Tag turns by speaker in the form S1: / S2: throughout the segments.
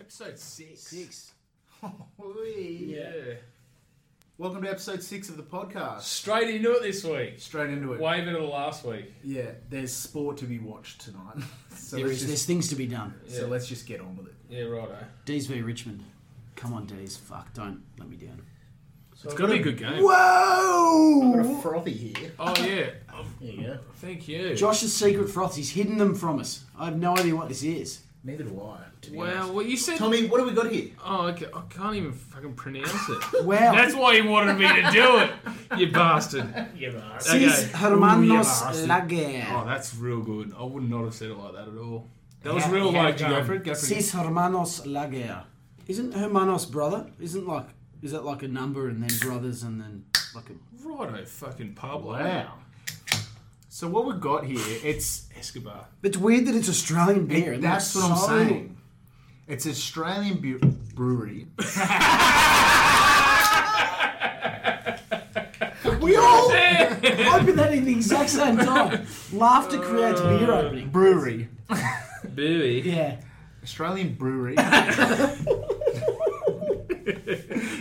S1: episode six.
S2: Six.
S1: Holy.
S2: Yeah.
S1: Welcome to episode six of the podcast.
S2: Straight into it this week.
S1: Straight into it.
S2: Way better than last week.
S1: Yeah, there's sport to be watched tonight. so
S3: There
S1: let's
S3: is, there's
S1: just,
S3: things to be done.
S2: Yeah.
S1: so let's just get on with it.
S2: Yeah, righto.
S3: D's v Richmond. Come on, D's. Fuck, don't let me down.
S2: So
S3: It's got to be a good game.
S1: Got
S3: Whoa!
S1: a frothy here.
S2: Oh yeah.
S1: There you go.
S2: Thank you.
S3: Josh's secret froth. He's hidden them from us. I have no idea what this is.
S1: Neither do I. To be
S2: Wow.
S1: honest.
S2: Well, you said.
S1: Tommy, what have we got here?
S2: Oh, okay. I can't even fucking pronounce it.
S3: Wow.
S2: That's why you wanted me to do it. You bastard. You bastard.
S3: Sis hermanos
S2: bastard.
S3: la
S2: Oh,
S3: guerra.
S2: that's real good. I would not have said it like that at all. That was
S3: How-
S2: real
S3: how
S2: like you go
S3: come?
S2: for it. Go for it.
S3: Sis hermanos la guerra. Isn't hermanos brother? Isn't like is that like a number and then brothers and then like a
S2: Righto, fucking Pablo.
S1: So what we've got here, it's
S2: Escobar.
S3: It's weird that it's Australian beer. and
S1: that's
S3: like
S1: what I'm
S3: so-
S1: saying. It's Australian bu- brewery.
S3: We all opened that at the exact same time. Laughter creates beer opening.
S1: Brewery.
S2: Booey.
S3: Yeah.
S1: Australian brewery.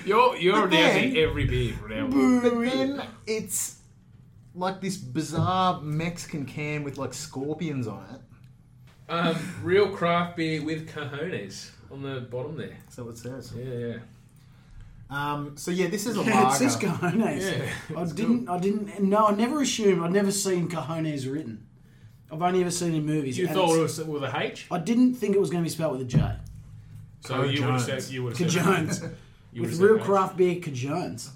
S2: You're you're
S1: But then-
S2: announcing every beer from now. on.
S1: But then it's like this bizarre Mexican can with like scorpions on it.
S2: Um, real craft beer with cojones on the bottom there.
S1: So what it says.
S2: Yeah,
S1: Um, so yeah, this is a
S3: Yeah, it
S1: lager.
S3: says cojones.
S2: Yeah,
S3: I didn't. I didn't. No, I never assumed. I'd never seen cojones written. I've only ever seen in movies.
S2: You
S3: and
S2: thought it
S3: it's-
S2: was with a H,
S3: I didn't think it was going to be spelled with a J.
S2: so you would have said
S1: Cojones.
S2: you would have said
S3: Cajones.
S2: you would've
S3: With
S2: said
S3: real
S2: H.
S3: craft beer cajones.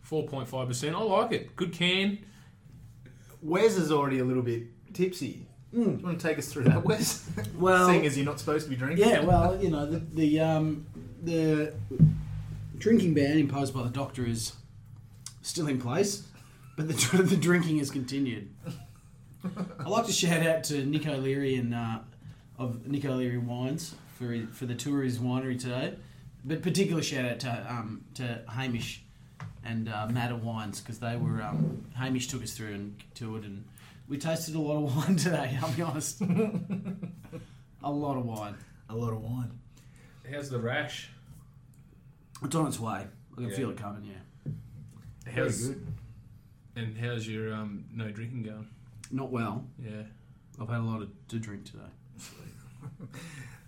S2: Four point five percent. I like it. Good can.
S1: Wes is already a little bit tipsy. Do you want to take us through that, Wes?
S3: Hmm. Well-
S1: seeing as you're not supposed to be drinking.
S3: Yeah, well, you know, the the, um, the drinking ban imposed by the doctor is still in place, but the, dr- the drinking is continued. I'd like to shout out to Nick O'Leary and uh, of Nick O'Leary Wines for for the tour of his winery today, but particular shout out to um, to Hamish and uh, Matter Wines because they were um, Hamish took us through and toured and. We tasted a lot of wine today, I'll be honest. a lot of wine.
S1: A lot of wine.
S2: How's the rash?
S3: It's on its way. I can
S2: Yeah.
S3: feel it coming. Yeah,
S1: Very
S2: How's
S1: good.
S2: and how's your um, no drinking going?
S3: not well.
S2: Yeah.
S3: I've had a lot of, to drink today.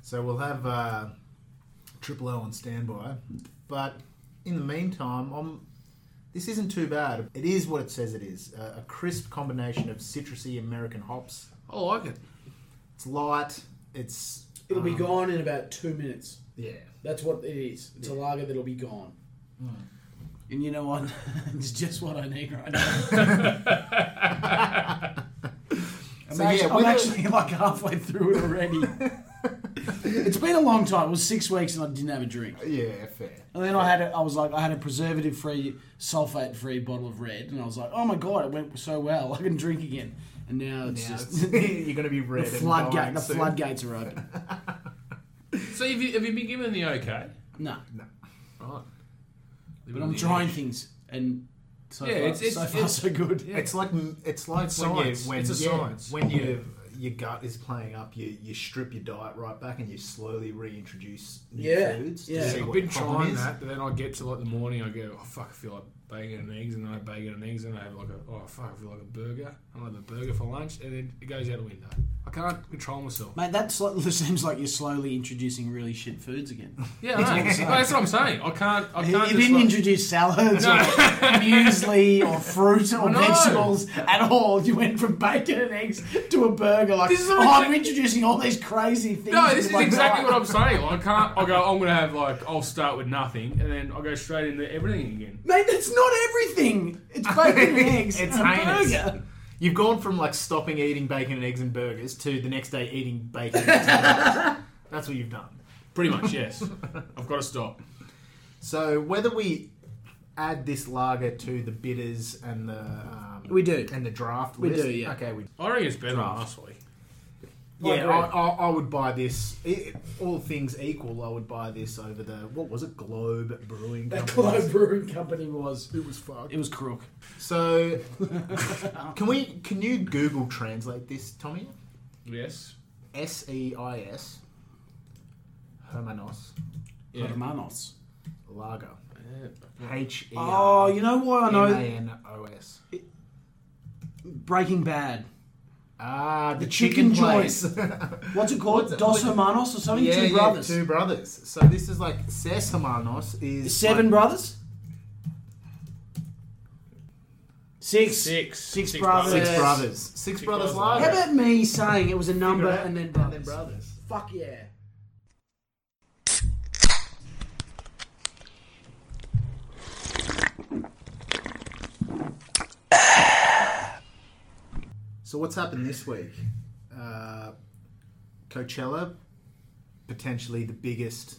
S1: So we'll have uh, Triple O on standby, but in the meantime, I'm. This isn't too bad. It is what it says it is. Uh, a crisp combination of citrusy American hops.
S2: I like it.
S1: It's light. It's
S3: It'll be
S1: um,
S3: gone in about two minutes.
S1: Yeah.
S3: That's what it is. It's a lager that'll be gone. Mm. And you know what? it's just what I need right now. I'm,
S1: So,
S3: actually,
S1: yeah,
S3: I'm
S1: with
S3: actually like halfway through it already. it's been a long time. It was six weeks and I didn't have a drink.
S1: Yeah, fair.
S3: And then I had a, I was like I had a preservative free sulfate free bottle of red and I was like oh my god it went so well I can drink again and now it's
S1: Now
S3: just
S1: it's- you're going to be
S3: The
S1: red. and
S3: floodgate.
S1: dying
S3: The
S1: soon.
S3: floodgates are open.
S2: So have you, have you been given the okay?
S3: No,
S2: Right.
S3: but I'm trying things, and so
S2: Yeah,
S3: far,
S2: it's- it's-
S3: so, far
S2: it's-
S3: so good.
S1: It's like it's like
S2: It's
S1: when
S2: science.
S1: you when
S2: It's a
S1: yeah,
S2: science.
S1: when you your gut is playing up, you you strip your diet right back and you slowly reintroduce new
S3: Yeah,
S1: foods. To
S3: yeah.
S1: see
S2: I've
S1: what
S2: been
S1: the problem
S2: trying
S1: is.
S2: that, but then I get to like the morning, I go, oh fuck, I feel like bacon and eggs, and then I bacon and eggs, and I have like a, oh fuck, I feel like a burger. I have a burger for lunch, and then it goes out the window. I can't control myself.
S3: Mate, that's like, it seems like you're slowly introducing really shit foods again.
S2: Yeah, I know. Well, that's what I'm saying. I can't. I
S3: You
S2: can't. just,
S3: you didn't
S2: like-
S3: introduce salads or muesli or fruit or
S2: know.
S3: vegetables at all. You went from bacon and eggs to a burger. Like,
S2: This is
S3: oh,
S2: what I'm
S3: I'm introducing all these crazy things.
S2: no,
S3: into
S2: this is
S3: my
S2: exactly
S3: diet.
S2: what I'm saying. I can't. I go. I'm gonna have like. I'll start with nothing, and then I go straight into everything again.
S3: Mate, that's not everything. It's bacon and eggs.
S1: It's
S3: and a
S1: heinous.
S3: burger.
S1: You've gone from like stopping eating bacon and eggs and burgers to the next day eating bacon. and eggs and burgers. That's what you've done.
S2: Pretty much, yes. I've got to stop.
S1: So whether we add this lager to the bitters and the um,
S3: We do.
S1: and the draft
S3: We
S1: list,
S3: do, yeah.
S1: okay, we
S2: I reckon it's better than last week.
S1: Yeah,
S2: agree.
S1: I, I, I would buy this. I all things equal, I would buy this over the what was it, Globe Brewing
S3: That
S1: Company?
S3: Globe Brewing Company was.
S1: It was fucked.
S3: It was crook.
S1: So, can we? Can you Google translate this, Tommy?
S2: Yes.
S1: E S E I S Hermanos
S2: Yeah.
S3: Hermanos.
S1: Lager.
S2: Yeah.
S1: H E
S3: Oh,
S1: R
S3: you know why I
S1: M
S3: know
S1: A N O S.
S3: Breaking Bad.
S1: Ah, the,
S3: The
S1: chicken,
S3: chicken
S1: place.
S3: What's it called?
S1: What's it-
S3: Dos
S1: what's it-
S3: Hermanos or something?
S1: yeah,
S3: Two
S1: yeah,
S3: brothers.
S1: Two brothers. So this is like Ses Hermanos is
S3: Seven
S1: like-
S3: brothers? Six.
S2: Six.
S3: Six brothers.
S1: Six
S3: Yes.
S1: brothers. Six brothers
S2: brothers
S1: lager.
S3: How about me saying it was a number
S1: Figure it out.
S3: and then brothers?
S1: And then brothers.
S3: Fuck yeah.
S1: So what's happened this week? Uh, Coachella, potentially the biggest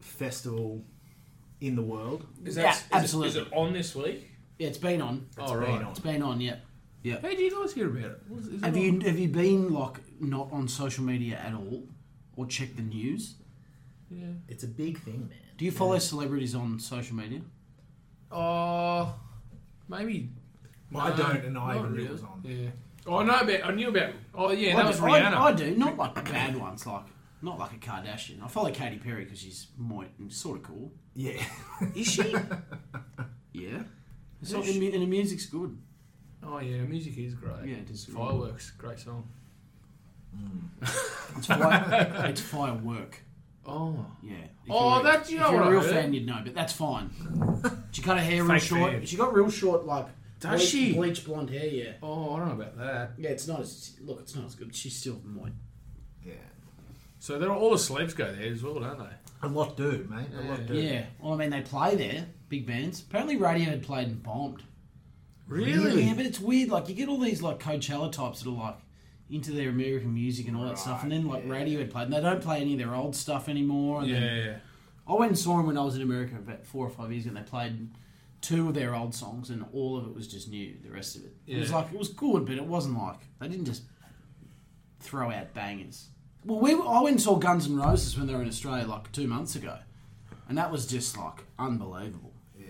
S1: festival in the world.
S2: Is
S3: Yeah,
S2: is it-
S3: absolutely.
S2: Is it on this week?
S3: Yeah, it's been on.
S2: Oh,
S1: been
S2: right.
S1: on.
S3: It's been on, yeah. Yeah.
S2: How do you guys hear about it? Was- is it
S3: Have
S2: on-
S3: you have you been like not on social media at all, or checked the news?
S2: Yeah.
S1: It's a big thing, man.
S3: Do you follow celebrities on social media?
S2: Oh, maybe. Uh,
S1: Well, I don't, and I
S2: not
S1: even knew
S2: really.
S1: it was on.
S2: Yeah. Oh, I know about. I knew about. Oh, yeah,
S3: I
S2: that was
S3: do,
S2: Rihanna.
S3: I, I do not like the bad ones, like not like a Kardashian. I follow Katy Perry because she's moit and sort of cool.
S1: Yeah.
S3: Is she? yeah. It's not, and mu- and the music's good.
S2: oh, yeah, music is great.
S3: Yeah, it is.
S2: Fireworks, great song.
S3: It's, fire, it's firework.
S2: Oh.
S3: Yeah. If
S2: Oh,
S3: you're a-
S2: that- you
S3: if
S2: know
S3: you're
S2: what
S3: a
S2: I
S3: real
S2: heard.
S3: fan, you'd know. But that's fine. She cut her hair real
S2: Fake
S3: short.
S2: fan.
S3: She got real short, like
S2: Does
S3: bleach,
S2: she?
S3: bleach blonde hair. Yeah.
S2: Oh, I don't know about that.
S3: Yeah, it's not as look. It's not as good. She's still moit.
S1: yeah.
S2: So they're all the celebs go there as well, don't they?
S1: A lot do, mate. A lot do.
S3: Yeah. Well, I mean, they play there, big bands. Apparently, Radiohead played and bombed.
S1: Really?
S3: Yeah, but it's weird. Like, you get all these like Coachella types that are like into their American music and all that stuff, and then like Radiohead played, and they don't play any of their old stuff anymore. And
S2: Yeah.
S3: then,
S2: yeah.
S3: I went and saw them when I was in America about four or five years ago, and they played two of their old songs, and all of it was just new. The rest of it, it was
S2: Yeah.
S3: like it was good, but it wasn't like they didn't just throw out bangers. Well, we I went and saw Guns N' Roses when they were in Australia like two months ago, and that was just like unbelievable.
S1: Yeah.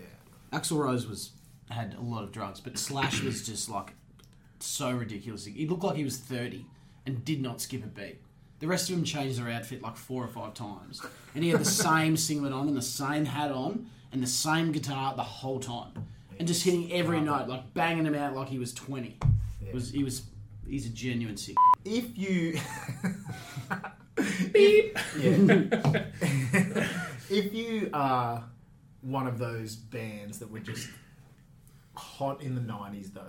S3: Axl Rose was had a lot of drugs, but Slash was just like so ridiculous. He looked like he was thirty and did not skip a beat. The rest of them changed their outfit like four or five times, and he had the same singlet on and the same hat on and the same guitar the whole time, and just hitting every note like banging them out like he was twenty. It was he was he's a genuine sick.
S1: If you.
S2: Beep.
S1: if you are one of those bands that were just hot in the 90s though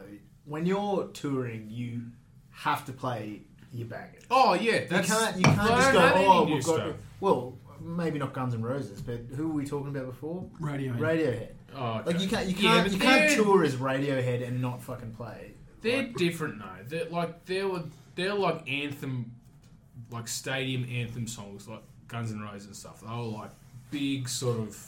S1: when you're touring you have to play your bangers
S2: Oh, yeah.
S1: you
S2: That's,
S1: can't you can't
S2: I don't
S1: just go
S2: have any
S1: oh
S2: new
S1: we've got
S2: stuff.
S1: well maybe not guns and roses but who were we talking about before
S3: Radiohead.
S1: radiohead
S2: Oh, okay.
S1: like you can't you
S2: Yeah,
S1: can't
S2: but
S1: you can't
S2: they're-
S1: tour as radiohead and not fucking play
S2: They're
S1: Like,
S2: different though. They're like they're like- they're like anthem, like stadium anthem songs, like Guns N' Roses and stuff. They were like big sort of,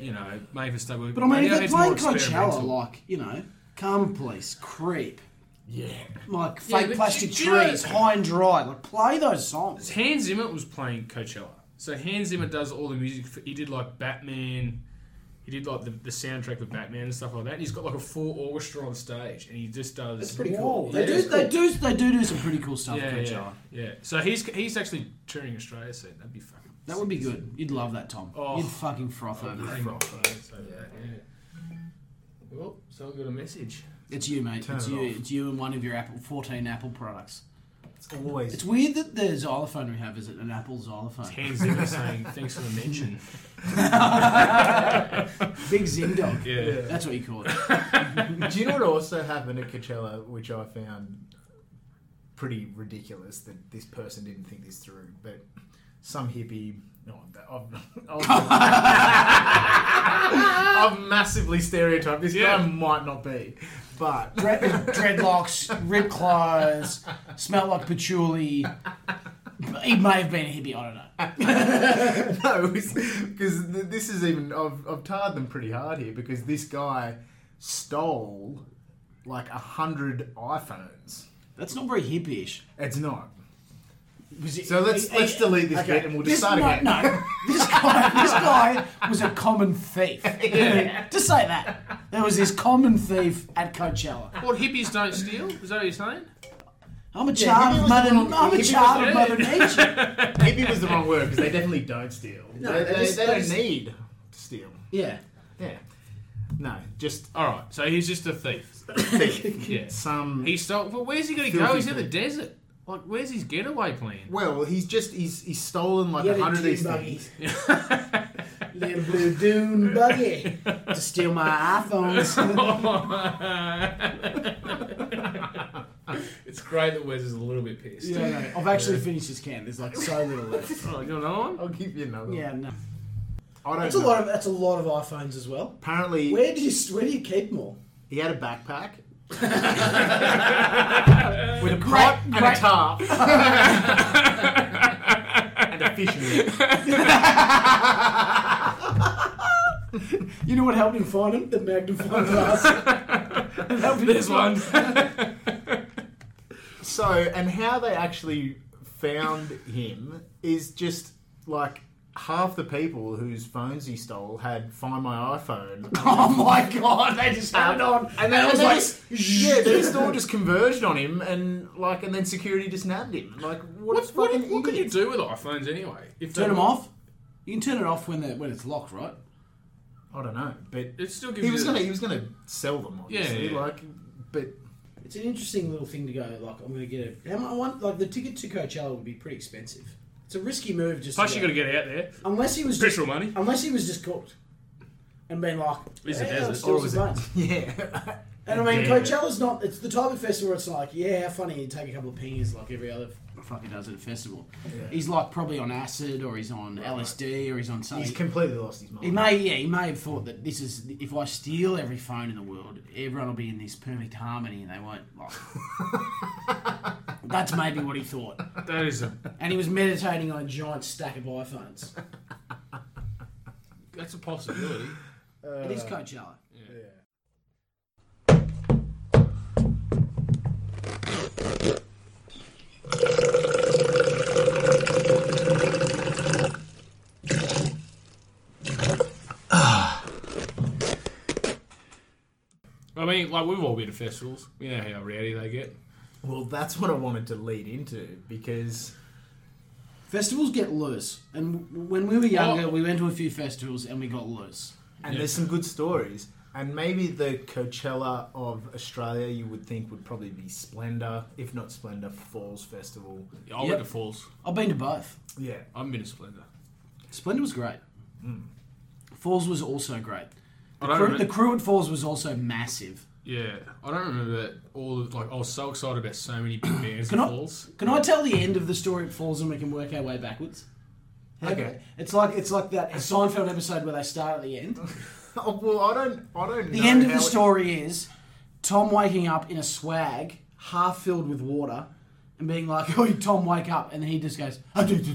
S2: you know, made for stable.
S3: But I mean, if
S2: Radiohead's
S3: they're
S2: more
S3: playing Coachella,
S2: experimental.
S3: like you know, Karma Police, Creep,
S1: yeah
S3: like
S2: Yeah,
S3: fake
S2: but
S3: plastic
S2: you- you know-
S3: trees, high and dry. Like play those songs.
S2: Hans Zimmer was playing Coachella, so Hans Zimmer does all the music. For, he did like Batman. He did like the, the soundtrack for Batman and stuff like that. He's got like a full orchestra on stage, and he just does.
S3: That's pretty
S1: Whoa,
S3: cool. They
S1: yeah,
S3: do,
S1: it's
S3: they do, they do do some pretty cool stuff. at
S2: Yeah,
S3: Coachella.
S2: yeah, yeah. So he's he's actually touring Australia soon. That'd be fucking.
S3: That would be good. You'd love that, Tom.
S2: Oh.
S3: You'd fucking froth over that.
S2: Hang on. Well, someone got a message.
S3: It's you, mate.
S1: Turn
S3: it's
S1: it
S3: you.
S1: off.
S3: It's you and one of your Apple fourteen Apple products.
S1: it's always
S3: It's weird that the xylophone we have is an Apple xylophone.
S2: Hands in saying, thanks for the mention.
S3: Big Zing Dog.
S2: Yeah.
S3: That's what you call it.
S1: Do you know what also happened at Coachella, which I found pretty ridiculous that this person didn't think this through, but some hippie. No, I've, I've, I've massively stereotyped. This guy
S2: Yeah.
S1: might not be, but
S3: Dread, dreadlocks, rib claws, smell like patchouli. He may have been a hippie. I don't know.
S1: no, because this is even. I've, I've tarred them pretty hard here because this guy stole like a hundred iPhones.
S3: That's not very hippie-ish.
S1: It's not.
S3: Was it-
S1: So let's-
S3: eh, eh,
S1: let's delete this bit and we'll just start
S3: no,
S1: again.
S3: No, this guy, this guy was a common thief. Just say that. There was this common thief at Coachella.
S2: What, hippies don't steal? Is that what you're saying?
S3: I'm a
S1: Yeah,
S3: child
S1: hippie
S3: of
S1: was
S3: mother.
S1: the wrong-
S3: I'm a
S1: hippie
S3: child
S1: was-
S3: of mother nature.
S1: Hippie was the wrong word because they definitely don't steal.
S3: No,
S1: they,
S3: they
S1: they-
S3: just- they
S1: they don't
S3: just-
S1: need to steal.
S3: Yeah.
S1: Yeah. No, just
S2: All right, so he's just a thief. Yeah.
S1: some.
S2: He stole. Well, where's he going to
S1: Filthy
S2: go? He's in the
S1: thief.
S2: desert. Like, where's his getaway plan?
S1: Well, he's just he's he's stolen like
S3: He
S1: a
S3: had a
S1: hundred of these
S3: dune
S1: things.
S3: Little blue dune buggy to steal my iPhones.
S2: it's great that Wes is a little bit pissed.
S3: Yeah, no, I've actually finished this can. There's like so little left.
S2: Oh, you got another one?
S1: I'll give you another.
S3: Yeah, no.
S1: one. I don't
S3: That's a
S1: know.
S3: lot of that's a lot of iPhones as well.
S1: Apparently,
S3: Where do you where do you keep them all?
S1: he had a backpack with a pipe and
S3: great-
S1: a tarp and a fish net.
S3: You know what helped him find them? The magnifying glass. It helped him
S2: There's
S3: find-
S2: one.
S1: So, and how they actually found him is just like half the people whose phones he stole had "Find My iPhone."
S3: Oh my god! They just had it on,
S1: And
S3: I
S1: then
S3: was
S1: they
S3: like,
S1: just- yeah, they just all just converged on him, and like, and then security just nabbed him. Like, what?
S2: What,
S1: a
S2: what,
S1: fucking
S2: what could you
S1: idiot.
S2: do with iPhones anyway? If they-
S3: turn them off. You can turn it off when the, when it's locked, right?
S1: I don't know, but
S2: It still gives
S1: he was
S2: you.
S1: gonna he was gonna sell them, obviously.
S2: Yeah, yeah.
S1: Like, but
S4: It's an interesting little thing to go. Like I'm going to get a. How mu- I want like the ticket to Coachella would be pretty expensive. It's a risky move. Just
S2: Plus,
S4: to
S2: you
S4: go.
S2: got to get out there.
S4: unless he was just
S2: Petrol money.
S4: unless he was just cooked and been like,
S2: Is it
S4: "Yeah,
S2: desert?
S4: I'll steal
S2: Or was
S4: some
S2: it-
S4: buns."
S1: yeah,
S4: And I mean,
S2: Yeah.
S4: Coachella's not. It's the type of festival where it's like, yeah, how funny you take a couple of pingers like every other.
S3: Fucking does at a festival. He's like probably on acid, or he's on LSD, or he's on something.
S1: he's completely lost his
S3: He
S1: mind.
S3: may, yeah, he may have thought that this is if I steal every phone in the world, everyone will be in this perfect harmony, and they won't. Like, that's maybe what he thought,
S2: That is a.
S3: and he was meditating on.
S4: A giant stack of iPhones.
S2: That's a possibility.
S3: It is Coachella.
S2: I mean, like we've all been to festivals. We know how rowdy they get.
S1: Well, that's what I wanted to lead into because
S3: Festivals get loose, and w- when we were
S2: Oh.
S3: younger, we went to a few festivals and we got loose.
S1: and there's some good stories, and maybe the Coachella of Australia you would think would probably be Splendor, if not Splendor Falls Festival.
S2: I went
S3: Yep.
S2: to Falls.
S3: I've been to both.
S1: Yeah,
S2: I haven't been to Splendor.
S3: Splendor was great. Falls was also great.
S2: Hmm. I
S3: The
S2: don't
S3: crew,
S2: remember-
S3: the crew at Falls was also massive.
S2: Yeah, I don't remember all of like. I was so excited about so many big bands in
S3: Can I-
S2: Falls.
S3: Can I tell the end of the story at Falls and we can work our way backwards? How
S1: Okay.
S3: about- It's like it's like that Seinfeld episode where they start at the end.
S1: Oh, well, I don't, I don't.
S3: The
S1: know
S3: end of
S1: how
S3: the
S1: it-
S3: story is Tom waking up in a swag, half filled with water, and being like, "Oh, Tom, wake up!" And then he just goes, and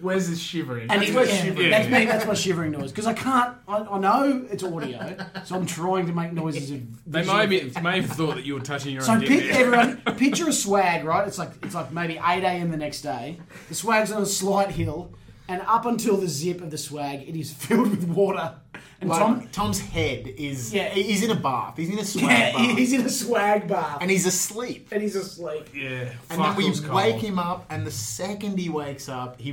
S1: Where's this shivering?
S3: it's
S1: That's where
S3: yeah,
S1: shivering.
S3: that's
S1: is.
S3: me. That's my shivering noise because I can't. I, I know it's audio, so I'm trying to make noises. Of
S2: They may have, may have thought that you were touching your
S3: So
S2: own
S3: pic-
S2: dick. there.
S3: everyone picture a swag, right? It's like it's like maybe eight a.m. the next day. The swag's on a slight hill, and up until the zip of the swag, it is filled with water. And
S1: Like,
S3: Tom,
S1: Tom's head is
S3: Yeah.
S1: he's in a bath. He's in a swag
S3: yeah,
S1: bath,
S3: he's in a swag bath,
S1: and he's asleep.
S4: and he's asleep.
S2: Yeah,
S1: And then
S2: fuck, it
S1: we
S2: was cold.
S1: wake him up, and the second he wakes up, he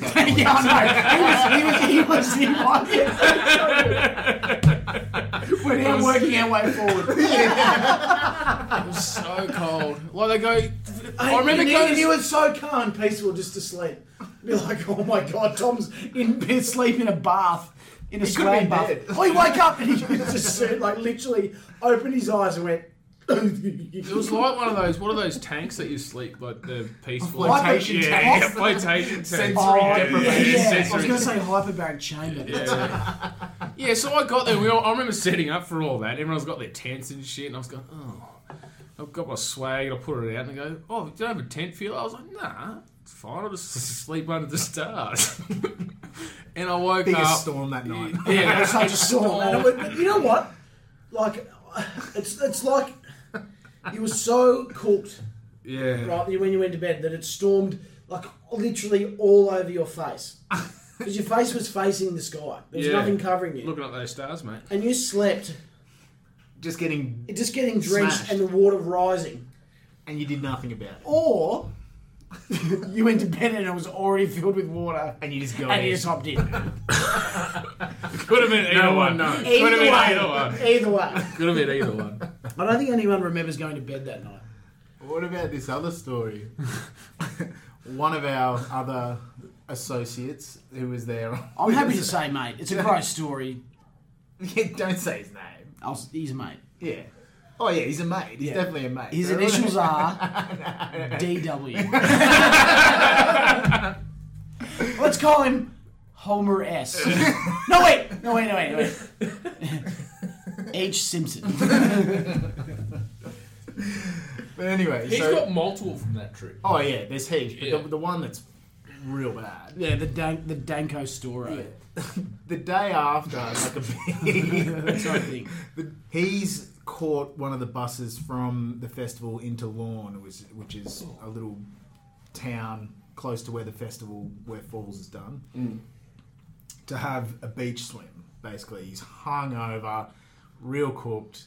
S1: how.
S3: yeah,
S1: cold it is.
S3: I know. He was, he was, he was, he was. We're now working our way forward.
S2: It was so cold. Like they go. I, remember
S4: you,
S2: going.
S4: you,
S2: to-
S4: you were so calm and peaceful just asleep.
S3: Be like, oh my god, Tom's in asleep in a bath, in a
S1: could have
S3: swag
S1: been
S3: bath.
S1: dead.
S3: Oh, you wake up and he
S4: It's just so- like literally opened his eyes and went.
S2: It was like one of those. What are those tanks that you sleep? Like the peaceful
S1: Flotation
S2: yeah,
S1: tanks.
S2: Yeah, flotation tanks.
S1: Sensory
S3: Oh,
S1: deprivation.
S3: yeah. I was
S2: Sensory-
S3: going to say hyperbaric chamber.
S2: Yeah. yeah, so I got there. We all, I remember setting up for all that. Everyone's got their tents and shit, and I was going, oh, I've got my swag, and I put it out, and I go, oh, do you have a tent for you? I was like, nah, it's fine. I'll just sleep under the stars. and I woke
S1: Biggest
S2: up.
S1: storm that night.
S2: Yeah,
S3: It's such a storm.
S4: And it
S3: man.
S4: went- but you know what? Like, it's it's like you were so cooked
S2: yeah.
S4: right when you went to bed that it stormed like literally all over your face because your face was facing the sky. There was
S2: Yeah.
S4: nothing covering you,
S2: Looking at those stars, mate.
S4: and you slept
S1: just getting
S4: It's just getting drenched
S1: Smashed.
S4: and the water rising.
S1: and you did nothing about it,
S3: Or you went to bed and it was already filled with water.
S1: and you just go.
S3: And you
S1: ahead.
S3: just hopped in.
S2: Could have been either
S3: No
S2: one.
S3: one knows.
S2: Could have been either one.
S4: way. Either way.
S2: Could have been either one.
S3: I don't think anyone remembers going to bed that night.
S1: What about this other story? One of our other associates who was there.
S3: I'm happy to say, mate, it's a gross story.
S1: Yeah, don't say his name.
S3: I'll, s- he's a mate.
S1: Yeah. Oh yeah, he's a mate. He's
S3: Yeah.
S1: definitely a mate.
S3: His initials are DW. Let's call him Homer S. No, wait. No, wait, no, wait, no, wait. H. Simpson.
S1: But anyway,
S2: He's
S1: so
S2: got multiple from that trip.
S1: oh yeah, there's heaps, but
S2: Yeah.
S1: the, the one that's real bad.
S3: Yeah, the, Dan- the Danko Storo.
S1: The day after, like a big,
S3: That sort of thing.
S1: the- he's caught one of the buses from the festival into Lawn, which, which is a little town close to where the festival where Falls is done, to have a beach swim. Basically, he's hungover, real cooked.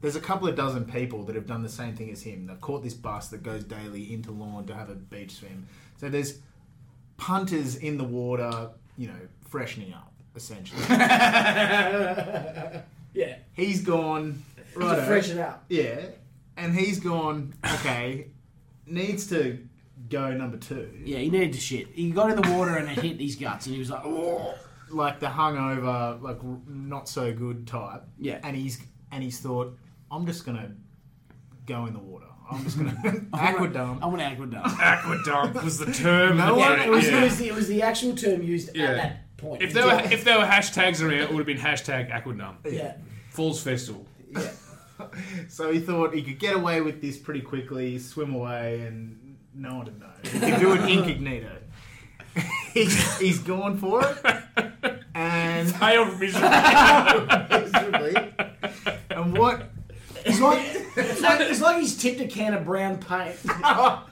S1: There's a couple of dozen people that have done the same thing as him. They've caught this bus that goes daily into Lawn to have a beach swim. So there's punters in the water, you know, freshening up essentially.
S4: Yeah.
S1: he's gone
S4: Right. To
S1: right
S4: fresh it out.
S1: yeah and he's gone okay needs to go number two
S3: Yeah, he needed to shit. He got in the water and it hit his guts, and he was like, oh.
S1: like the hungover like r- not so good type
S3: Yeah.
S1: and he's and he's thought i'm just gonna go in the water i'm just gonna aqua dump
S3: I want to aqua dump.
S2: Aqueduct was the term.
S1: No
S2: that
S1: one-
S2: they-
S4: It was,
S2: yeah.
S4: it, was, the- it was the actual term used
S2: Yeah.
S4: at that point.
S2: If there were if there were hashtags around, it would have been hashtag Aquadum.
S4: yeah.
S2: Falls Festival.
S1: yeah so he thought he could get away with this pretty quickly swim away and no one would know he could do it incognito he's, he's gone for it and
S2: Hail miserable.
S1: miserably. and what?
S3: It's like,
S4: It's like, it's like he's tipped a can of brown paint
S1: oh,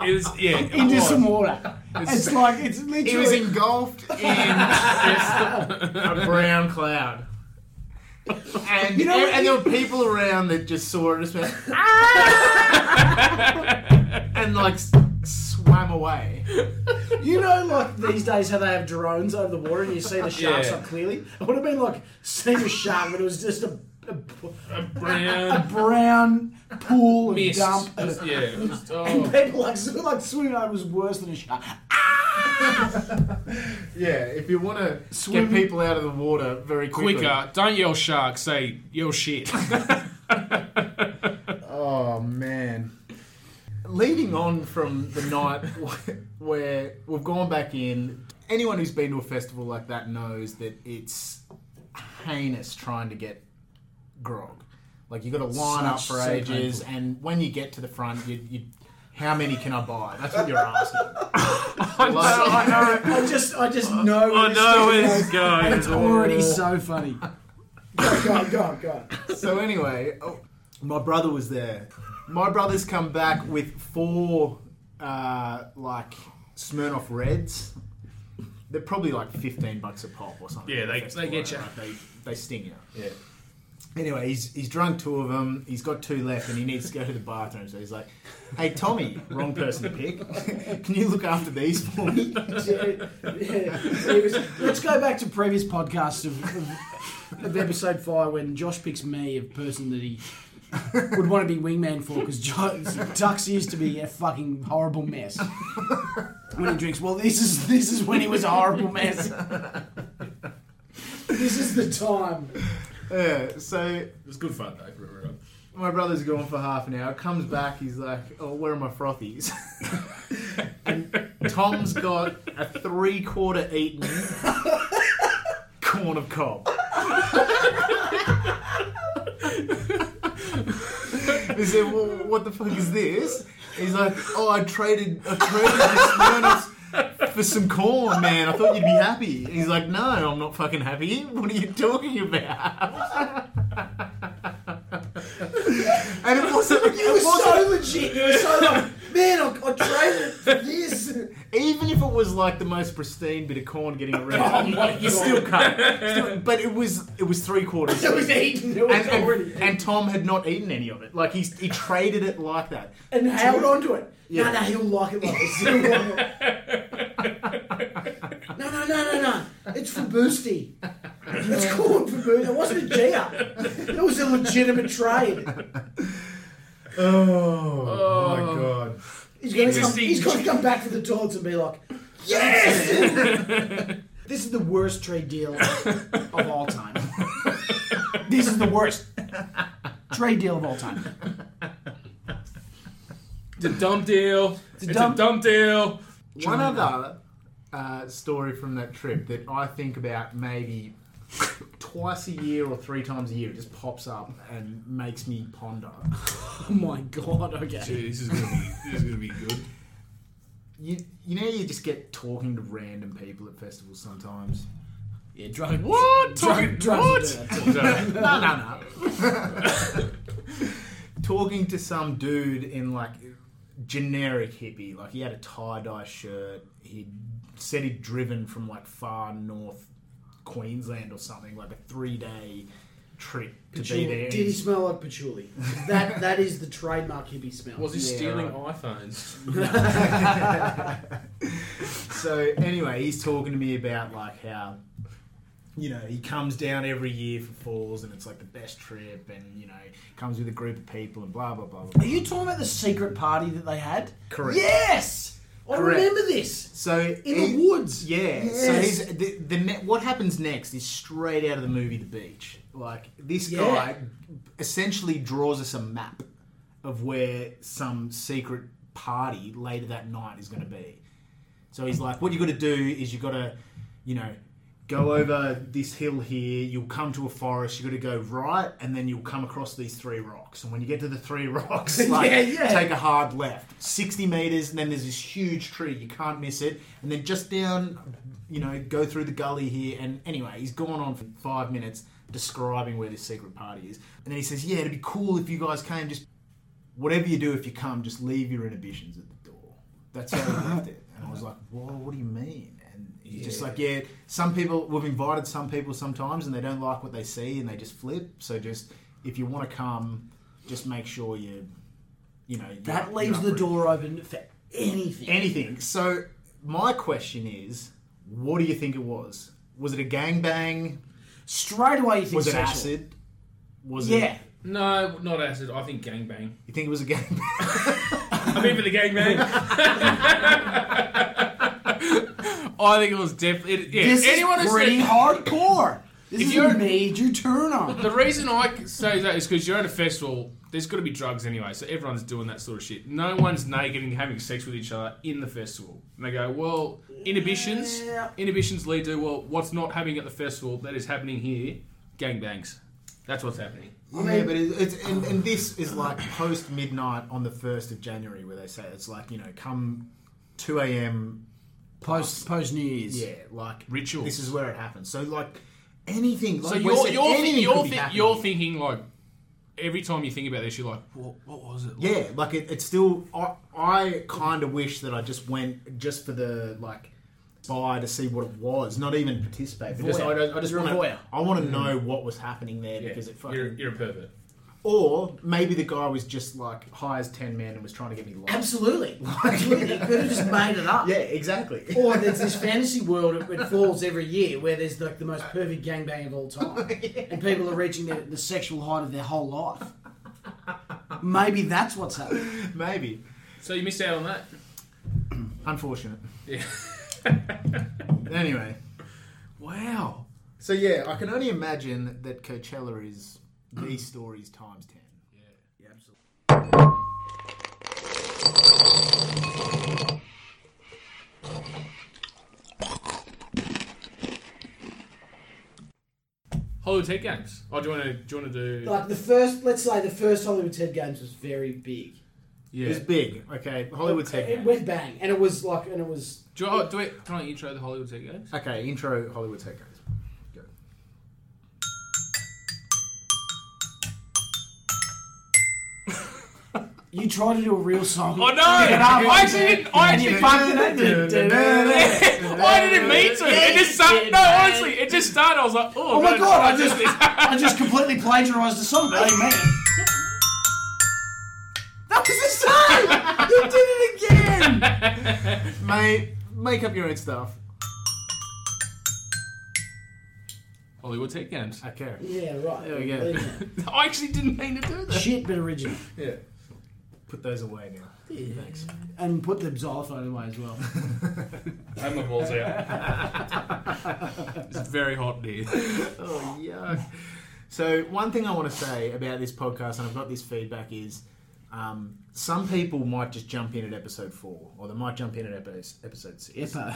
S2: It was- yeah. Oh. it
S3: into
S2: was.
S3: some water. It's, like, it's literally.
S1: He was engulfed in a brown cloud. And,
S3: You know what-
S1: and, there were people around that just saw it and just went, "Ah!" and like s- swam away.
S4: You know, like these days, how they have drones over the water and you see the sharks
S2: Yeah.
S4: up clearly. I would have been like seeing a shark, but it was just a, a
S2: Brown
S3: brown pool of
S2: mist.
S3: dump.
S2: It was- yeah. it was-
S4: and
S2: oh.
S4: people like sw- like swimming over.
S3: It was worse than a shark.
S1: Yeah, if you want to
S3: Swim-
S1: get people out of the water very quickly.
S2: Quicker. Don't yell shark. Say yell shit.
S1: Oh man. Leading on from the night where we've gone back in, anyone who's been to a festival like that knows that it's heinous trying to get grog. Like you got to line up
S3: Such-
S1: for
S3: so
S1: ages, and when you get to the front, you, you how many can I buy? That's what you're asking. Like-
S4: I just, I just know. where this thing
S2: Oh, I know where
S4: goes.
S2: this is going.
S3: It's already so funny.
S4: Go on, go on, go on.
S1: so anyway, oh, my brother was there. My brother's come back with four uh, like Smirnoff Reds. They're probably like fifteen bucks a pop or something.
S2: Yeah,
S1: at the
S2: they-
S1: festival,
S2: they get ya.
S1: right? They they sting you. Yeah. Anyway, he's he's drunk two of them. He's got two left, and he needs to go to the bathroom. So he's like, "Hey, Tommy, wrong person to pick. Can you look after these for me?"
S4: Yeah, yeah. It was,
S3: Let's go back to previous podcasts of, of, of episode five when Josh picks me, a person that he would want to be wingman for, because Ducks used to be a fucking horrible mess when he drinks. Well, this is this is when he was a horrible mess.
S4: this is the time.
S1: Yeah. So
S2: It was good fun though.
S1: My brother's gone for half an hour. Comes back, he's like, "Oh, where are my frothies?" and Tom's got a three-quarter eaten corn of cob. he said, well, "What the fuck is this?" He's like, "Oh, I traded, I traded this Smirnoff for some corn, man. I thought you'd be happy." And he's like, "No, I'm not fucking happy. What are you talking about?" and it wasn't.
S4: It
S1: It
S4: was so
S1: wasn't
S4: legit. It was so like, man, I, I traded it for this.
S1: even if it was like the most pristine bit of corn getting
S4: Oh
S1: around.
S4: my
S1: you still cut. Still- but it was it was three quarters.
S4: It was eaten. It was
S1: and,
S4: already
S1: and, and Tom had not eaten any of it. Like he, he traded it like that.
S4: and held onto it.
S1: Yeah.
S4: No, no, he'll like it like this. He'll like it. no, no, no, no, no. It's for Boosty. It's called for Boosty. It wasn't a Gia. It was a legitimate trade.
S1: Oh,
S2: Oh,
S1: my god!
S4: He's going to come,
S2: Interesting.
S4: he's gonna come back to the toilets and be like, yes!
S3: This is the worst trade deal of all time. this is the worst trade deal of all time.
S2: It's a dumb deal. It's a dumb,
S3: dumb-
S2: deal.
S1: One other uh, story from that trip that I think about maybe twice a year or three times a year. It just pops up and makes me ponder.
S3: Oh my god, okay.
S2: Dude, this is gonna be this is gonna be good.
S1: You, you know, you just get talking to random people at festivals sometimes.
S3: Yeah, drugs.
S2: What?
S3: Drug,
S2: Talking-
S3: drugs
S2: what?
S3: are dirty.
S2: So,
S1: no, no, no. Talking to some dude in like generic hippie, like he had a tie dye shirt. He said he'd driven from like far north Queensland or something, like a three day trip to be there.
S4: Patchouli. Did he smell like patchouli? That That is the trademark hippie smell.
S2: was he
S1: Yeah,
S2: stealing iPhones?
S1: so anyway, he's talking to me about like how you know he comes down every year for falls and it's like the best trip and you know comes with a group of people and blah blah blah. blah.
S3: Are you talking about the secret party that they had?
S1: Correct.
S3: Yes!
S4: I
S1: Correct.
S4: remember this.
S1: So
S4: In
S1: he-
S4: the woods.
S1: Yeah. So
S4: Yes.
S1: he's, the, the ne- what happens next is straight out of the movie The Beach. Like this
S4: Yeah.
S1: guy essentially draws us a map of where some secret party later that night is going to be. So he's like, what you got to do is you got to, you know, go over this hill here. You'll come to a forest. You got to go right, and then you'll come across these three rocks. And when you get to the three rocks, like,
S4: Yeah, yeah.
S1: take a hard left, sixty meters, and then there's this huge tree. You can't miss it. And then just down, you know, go through the gully here. And anyway, he's gone on for five minutes describing where this secret party is. And then he says, yeah, it'd be cool if you guys came. Just whatever you do, if you come, just leave your inhibitions at the door. That's how he left it. And I was like, well, what do you mean? And he's just like, yeah, some people, we've invited some people sometimes and they don't like what they see and they just flip. So just, if you want to come, just make sure you, you know. you're-
S3: That
S1: you're
S3: leaves
S1: up
S3: the
S1: for it.
S3: door open for anything.
S1: Anything. So my question is, what do you think it was? Was it a gangbang?
S3: Straight away you think
S1: Was it
S3: sexual.
S1: acid? Was
S3: Yeah.
S1: it?
S2: No, not acid. I think gangbang.
S1: You think it was a gangbang?
S2: I'm in for the gangbang. I think it was definitely. It, yeah,
S3: This
S2: anyone
S3: is
S2: who
S3: pretty
S2: said-
S3: hardcore. This
S2: If
S3: is
S2: you're-
S3: a major turn on.
S2: The reason I say that is because you're at a festival. There's got to be drugs anyway, so everyone's doing that sort of shit. No one's naked and having sex with each other in the festival. And they go, well, inhibitions,
S3: Yeah.
S2: inhibitions lead to well, what's not happening at the festival that is happening here, gangbangs. That's what's happening.
S1: yeah, but it, it's and, and this is like post midnight on the first of January, where they say it's like you know come two a.m.
S3: Post post New Year's.
S1: Yeah, like
S2: Ritual.
S1: This is where it happens. So like anything. Like
S2: So
S1: we
S2: you're
S1: said,
S2: you're,
S1: anything
S2: thi-
S1: could
S2: you're,
S1: be
S2: thi-
S1: happening.
S2: you're thinking like every time you think about this, you're like, what, what was it? Like?
S1: yeah, like it, it's still. I, I kind of wish that I just went just for the like buy to see what it was, not even participate. But just, I, don't- I just
S3: You're a
S1: want
S3: voyeur.
S1: to. I want to know what was happening there
S2: Yeah,
S1: because it fucking.
S2: you're, you're a pervert.
S1: Or maybe the guy was just like high as ten men and was trying to get me lost.
S4: Absolutely. Absolutely. They could have just made it up.
S1: Yeah, exactly.
S4: Or there's this fantasy world that that falls every year where there's like the most perfect gangbang of all time. And people are reaching their.
S3: The sexual height of their whole life. Maybe that's what's happening.
S1: Maybe.
S2: So you missed out on that.
S1: Unfortunate.
S2: Yeah.
S1: Anyway,
S2: wow.
S1: so yeah, I can only imagine that Coachella is these stories times ten.
S2: Hollywood Tech Games. Oh, do you want to? Do you want to do?
S4: Like the first, let's say the first Hollywood Ted Games was very big.
S2: yeah.
S1: It was big. Okay, Hollywood Tech.
S4: It went bang. And it was like, and it was.
S2: Do you, oh, do it? Can I intro the Hollywood Tech Games?
S1: Okay, intro Hollywood Tech guys. Go.
S3: You try to do a real song.
S2: Oh no! I actually didn't. I
S3: And
S2: actually
S3: you fucked it up.
S2: I didn't mean to. It just started. No, honestly, it just started. I was like, oh,
S3: Oh my
S2: man,
S3: god! I
S2: this-
S3: just I just completely plagiarized the song. Amen.
S1: That was the same. you did it again, mate. Make up your own stuff.
S2: Hollywood Tech Games.
S1: Okay.
S4: Yeah, right.
S1: There we go.
S2: I actually didn't mean to do that.
S4: Shit, but original.
S1: Yeah. Put those away now. Thanks.
S3: And put the xylophone away as well.
S2: And my balls out. it's very hot in here.
S1: Oh yuck. So one thing I want to say about this podcast, and I've got this feedback, is um, some people might just jump in at episode four, or they might jump in at episode episode six.
S3: Epa.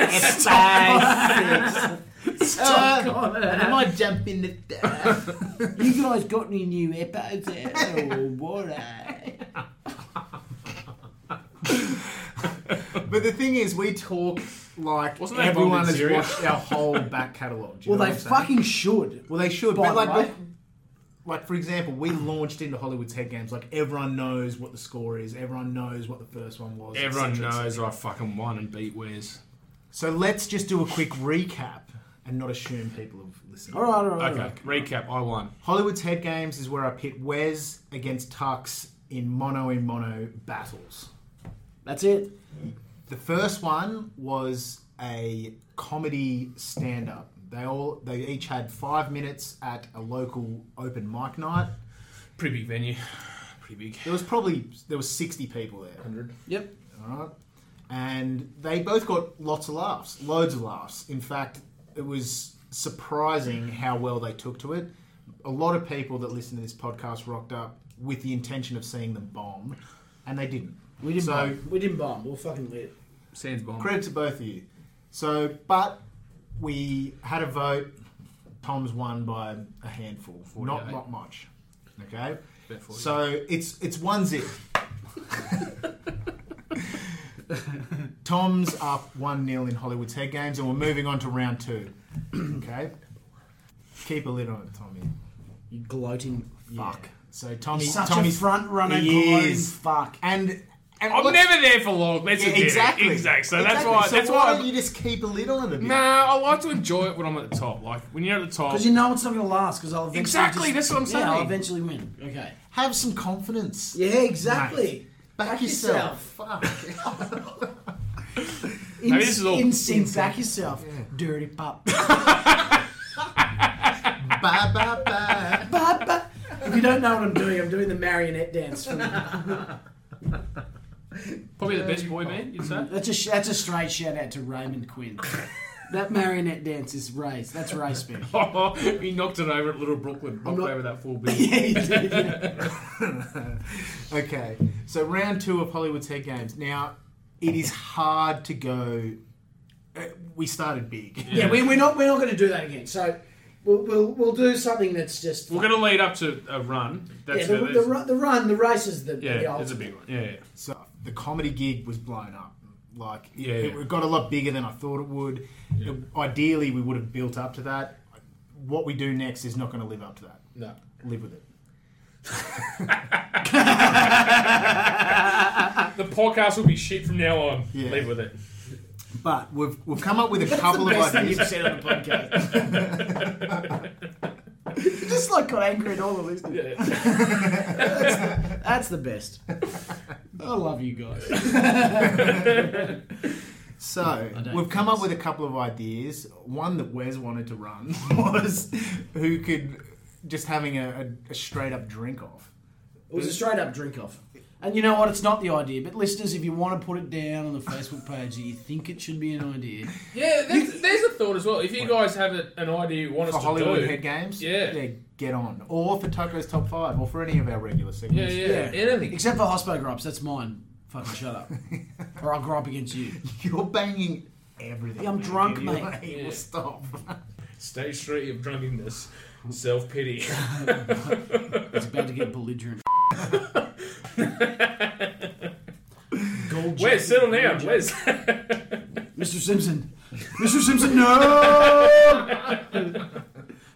S1: Episode six.
S2: Oh,
S1: Uh,
S3: God.
S1: and they might jump in at that.
S3: You guys got any new episodes out or what?
S1: But the thing is, we talk like
S2: Wasn't that bombed
S1: everyone
S2: in
S1: has
S2: Syria?
S1: watched our whole back catalogue. do you
S3: Well,
S1: know
S3: they
S1: what I'm saying?
S3: fucking should.
S1: Well, they should.
S3: By
S1: But like,
S3: the
S1: like,
S3: way.
S1: like, for example, we launched into Hollywood's head games. Like everyone knows what the score is. Everyone knows what the first one was. et
S2: Everyone
S1: cetera, et
S2: knows
S1: cetera.
S2: I fucking won and beat Wes.
S1: So let's just do a quick recap and not assume people have listened.
S3: All right, all right. all
S2: Okay,
S3: right.
S2: recap. I won.
S1: Hollywood's head games is where I pit Wes against Tux in mono in mono battles.
S3: That's it.
S1: The first one was a comedy stand up. They all they each had five minutes at a local open mic night.
S2: Pretty big venue. Pretty big.
S1: There was probably there was sixty people there.
S2: Hundred.
S3: Yep.
S1: all right? And they both got lots of laughs, loads of laughs. In fact, it was surprising how well they took to it. A lot of people that listen to this podcast rocked up with the intention of seeing them bomb, and they didn't.
S3: We didn't.
S1: so,
S3: bomb.
S4: We didn't bomb. We were fucking lit.
S2: Sands bomb.
S1: credit to both of you. So, but we had a vote. Tom's won by a handful, not
S2: 48.
S1: not much. Okay,
S2: Bet 40.
S1: so it's it's one zip. Tom's up one 0 in Hollywood's head games, and we're moving on to round two. okay, keep a lid on it, Tommy.
S4: You gloating
S1: Fuck. So Tommy,
S3: He's such
S1: Tommy's
S3: a front runner.
S1: He
S3: gloating
S1: is.
S3: Fuck.
S1: and. and
S2: I'm
S1: what's-
S2: never there for long. That's
S1: Yeah,
S2: it.
S1: exactly.
S2: Exactly. So that's
S1: Exactly.
S2: why.
S1: So
S2: that's
S1: why
S2: why.
S1: don't you just keep a lid on it a bit?
S2: Nah, I like to enjoy it when I'm at the top. Like when you're at the top.
S3: Because you know it's not going to last. Because I'll eventually
S2: Exactly, that's
S3: just-
S2: what I'm
S3: Yeah, I'll
S2: saying.
S3: eventually win. Okay.
S1: Have some confidence.
S4: Yeah, exactly.
S1: Back,
S4: Back
S1: yourself. Fuck.
S3: In,
S2: Maybe this is all-
S3: in sync. Back yourself, dirty pup.
S1: bye bye bye.
S3: Ba, ba.
S4: If you don't know what I'm doing, I'm doing the marionette dance. From
S2: Probably the best boy band, you'd say.
S3: That's a sh- that's a straight shout out to Raymond Quinn. that marionette dance is race. That's race speak.
S2: he knocked it over at Little Brooklyn. Knocked
S3: not-
S2: over that full bit.
S3: Yeah, he did, yeah.
S1: Okay, so round two of Hollywood's head games. Now, it is hard to go. Uh, we started big.
S4: yeah, we, we're not we're not going to do that again. So we'll, we'll we'll do something that's just
S2: We're going to lead up to a run.
S4: yeah,
S2: That's
S4: the,
S2: where
S4: the,
S2: there's-
S4: run, the run, the race is the the
S2: yeah,
S4: old-
S2: it's a big one. Yeah, yeah.
S1: So the comedy gig was blown up. Like, it-
S2: Yeah,
S1: it,
S2: yeah.
S1: got a lot bigger than I thought it would. It- ideally, we would have built up to that. What we do next is not going to live up to that.
S4: No.
S1: Live with it.
S2: The podcast will be shit from now on.
S1: Yeah.
S2: Leave with it.
S1: But we've, we've come up with a couple
S4: Best
S1: of
S4: thing
S1: ideas.
S4: you've said on the podcast.
S3: He just like got angry at all the listeners.
S2: Yeah.
S3: That's the best. I love you guys.
S1: So
S3: don't
S1: we've come
S3: think
S1: up with a couple of ideas. One that Wes wanted to run was who could just having a, a, a straight up drink off.
S4: It was a straight up drink off.
S3: And you know what? It's not the idea. But listeners, if you want to put it down on the Facebook page, that you think it should be an idea.
S2: Yeah, there's, there's a thought as well. If you guys have a, an idea you want us
S1: For
S2: to
S1: Hollywood
S2: do,
S1: head games,
S2: Yeah.
S1: get on. Or for Toko's top five, or for any of our regular
S2: yeah,
S1: segments.
S2: yeah, anything.
S3: Except for hospo gripes, that's mine. Fucking shut up, or I'll grow up against you.
S1: You're banging everything.
S3: Yeah, I'm
S1: man.
S3: drunk,
S1: You're
S3: mate.
S1: like, "Hey,
S2: Yeah.
S1: well, stop.
S2: Stage three of drunkenness, self pity.
S3: It's about to get belligerent. Gold
S2: Wes, settle down,
S3: Gold
S2: Wes.
S3: Mr. Simpson. Mr. Simpson, no!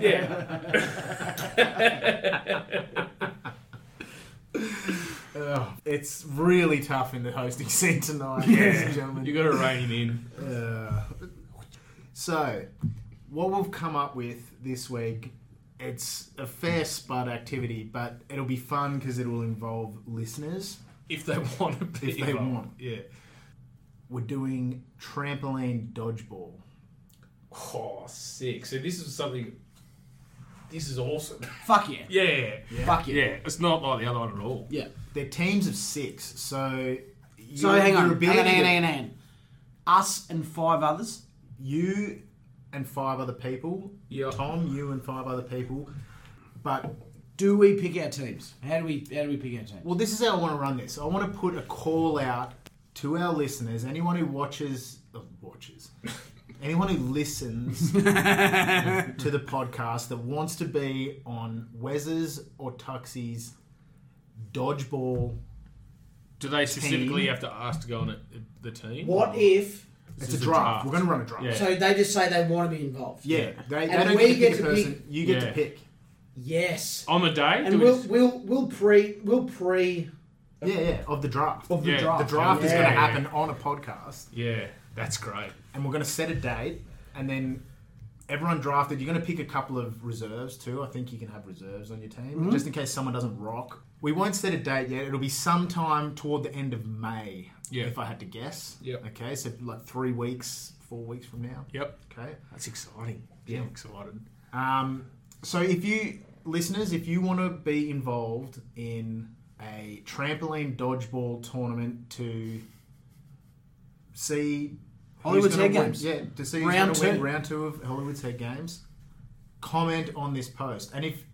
S2: yeah.
S1: it's really tough in the hosting scene tonight, ladies and gentlemen.
S2: You got to rein in.
S1: Uh, so, what we've come up with this week, it's a fair spud activity, but it'll be fun because it will involve listeners
S2: If they want to be.
S1: if they
S2: involved.
S1: want.
S2: Yeah.
S1: We're doing trampoline dodgeball.
S2: Oh, sick. So this is something. This is awesome.
S3: Fuck yeah.
S2: Yeah. Yeah.
S3: Fuck yeah.
S2: It's not like the other one at all.
S3: Yeah.
S1: They're teams of six, so.
S3: So
S1: your-
S3: hang on. Hang
S1: your
S3: on, hang
S1: ability
S3: on,
S1: to-
S3: hang on, hang on. Us and five others.
S1: you and five other people.
S2: Yeah.
S1: Tom, you and five other people. But
S3: Do we pick our teams? How do we how do we pick our teams?
S1: well, this is how I want to run this. I want to put a call out to our listeners, anyone who watches, oh, watches, anyone who listens to the podcast that wants to be on Wes's or Tuxie's dodgeball.
S2: Do they specifically
S1: Team.
S2: have to ask to go on it, the team?
S4: What if?
S1: It's
S2: is
S1: a
S2: a
S1: draft.
S2: draft.
S1: We're going to run a draft.
S2: Yeah.
S4: So they just say they want to be involved.
S1: Yeah, they, they
S4: And
S1: don't
S4: we
S1: get
S4: get
S1: to pick a
S4: to
S1: person.
S4: pick-
S1: You get to
S2: Yeah.
S1: pick.
S4: Yes.
S2: On the day? Do
S4: And
S2: we
S4: we'll,
S2: just-
S4: we'll we'll pre we'll pre
S1: Yeah, yeah, of the draft.
S4: of the
S2: Yeah, the
S1: The
S4: draft.
S1: draft is
S4: Yeah.
S1: going to
S2: Yeah.
S1: happen on a podcast.
S2: yeah. That's great.
S1: and we're going to set a date and then everyone drafted you're going to pick a couple of reserves too i think you can have reserves on your team
S4: Mm-hmm.
S1: just in case someone doesn't rock we won't set a date yet it'll be sometime toward the end of may
S2: Yeah.
S1: if i had to guess
S2: Yep.
S1: okay so like three weeks four weeks from now
S2: Yep.
S1: okay
S2: That's exciting.
S1: Yeah.
S2: I'm excited.
S1: um, so if you listeners if you want to be involved in a trampoline dodgeball tournament to see
S3: Hollywood's
S1: who's gonna
S3: Head
S1: win-
S3: Games.
S1: Yeah, to see
S3: Round
S1: who's going to win
S3: two.
S1: round two of Hollywood's Head Games. Comment on this post, and if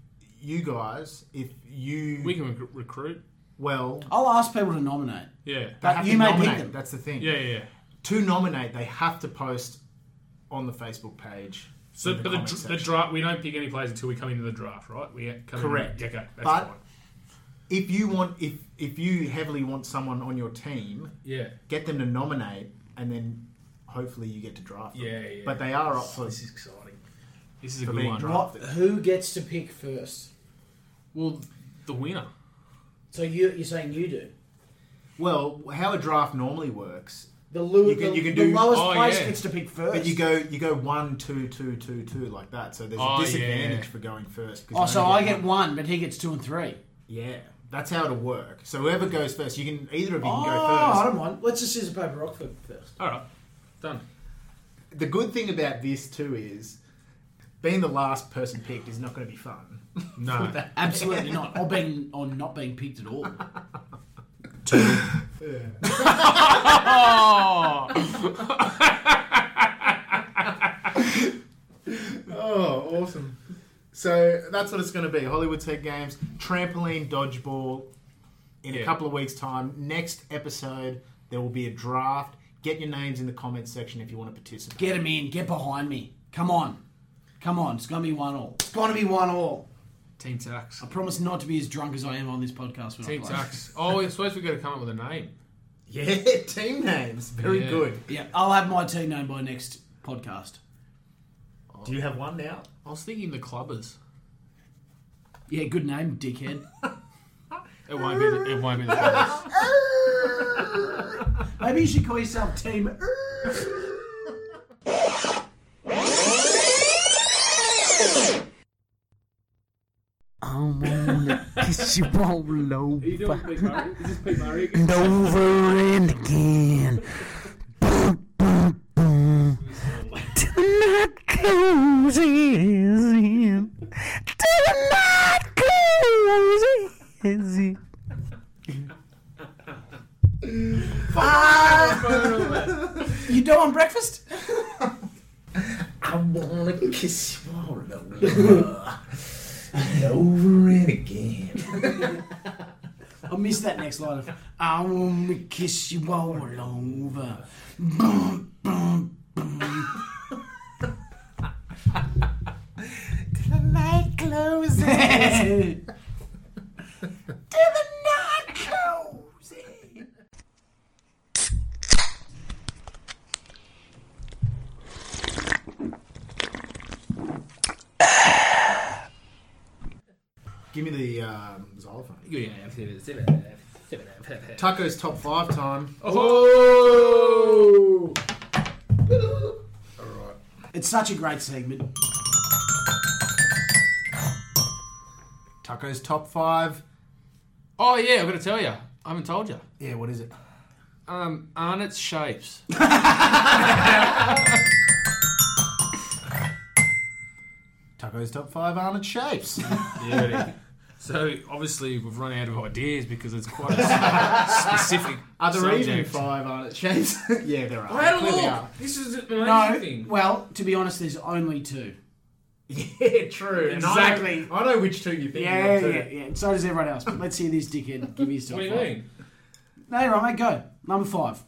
S1: you guys, if you
S2: We can rec- recruit.
S1: well,
S3: I'll ask people to nominate.
S2: Yeah.
S1: they
S3: But
S1: have
S3: you
S1: to
S3: may pick
S1: nominate.
S3: them.
S1: That's the thing.
S2: Yeah, yeah.
S1: To nominate, they have to post on the Facebook page.
S2: So,
S1: in
S2: but the,
S1: comment
S2: dr- the
S1: section.
S2: draft, we don't pick any players until we come into the draft, right? We come in-
S1: Correct.
S2: yeah, okay, that's
S1: But-
S2: fine.
S1: if you want, if if you heavily want someone on your team,
S2: Yeah.
S1: get them to nominate, and then hopefully you get to draft them.
S2: Yeah, yeah.
S1: But they are up for
S2: This is exciting. This is a
S1: For
S2: good
S1: being
S2: one.
S1: draft.
S4: What? Who gets to pick first?
S2: Well, the winner.
S4: So you you're saying you do
S1: well, how a draft normally works
S4: the, lo-
S1: You can-
S4: the,
S1: you can
S4: the
S1: do-
S4: lowest
S2: oh,
S4: place
S2: yeah.
S4: gets to pick first.
S1: But you go you go one two two two two like that. So there's a
S2: Oh, yeah.
S1: disadvantage for going first. because
S3: Oh,
S1: you
S3: so
S1: only
S3: I get
S1: one.
S3: one, but he gets two and three.
S1: yeah. That's how it'll work. So whoever goes first, you can either of you can
S4: oh, I
S1: go
S4: don't mind. Let's just scissor paper rock for first.
S2: All right. Done.
S1: first. The good thing about this too is being the last person picked is not going to be fun.
S2: No.
S3: Absolutely not. Or being or not being picked at all.
S1: Oh, awesome. So that's what it's going to be. Hollywood Tech Games, trampoline dodgeball in a
S2: Yeah.
S1: couple of weeks' time. Next episode, there will be a draft. Get your names in the comments section if you want to participate.
S3: Get him in. Get behind me. Come on. Come on. It's gonna be one all.
S4: It's gonna be one all.
S2: Team Tux.
S3: I promise not to be as drunk as I am on this podcast when
S2: Team
S3: I play.
S2: Tux. Oh, I suppose we've got to come up with a name.
S1: Yeah, team names. Very
S2: Yeah.
S1: good.
S3: Yeah, I'll have my team name by next podcast.
S1: Do you have one now?
S2: I was thinking the Clubbers.
S3: Yeah, good name, dickhead.
S2: It won't be the, it won't be the Clubbers.
S3: Maybe you should call yourself Team.
S5: I wanna kiss you all over
S2: you doing Pete Murray? Is this Pete Murray?
S5: and over and again. Boom, boom, boom. Till the night closes in. Till the night closes in.
S3: You doing breakfast?
S1: I wanna kiss you all over and over and again.
S3: I missed that next line. Of, I want to kiss you all over. Boom, boom, boom.
S5: The night closes. Till the night closes.
S1: Give me the um, xylophone. um,
S2: Yeah, I've seen it. I've seen it.
S1: Taco's top five time.
S2: Oh!
S3: It's such a great segment.
S1: Taco's top five.
S2: Oh yeah, I've got to tell you. I haven't told you.
S1: Yeah, what is it?
S2: Um, Arnott's shapes.
S1: Taco's top five Arnold shapes.
S2: Yeah. so obviously we've run out of ideas because it's quite a specific
S1: Are there even
S2: subject.
S1: five Arnold shapes? yeah, there are.
S2: I had a
S1: Clearly
S2: look.
S1: are.
S2: This is an amazing
S3: No,
S2: thing.
S3: well, to be honest, there's only two.
S1: Yeah, true. And I know-
S3: Exactly.
S1: I know, which two you're thinking
S3: Yeah,
S1: of
S3: yeah,
S1: too.
S3: yeah, yeah. So does everyone else. But let's hear this dickhead give his top
S2: What do you
S3: five.
S2: mean?
S3: No, you're right, mate. Go number five.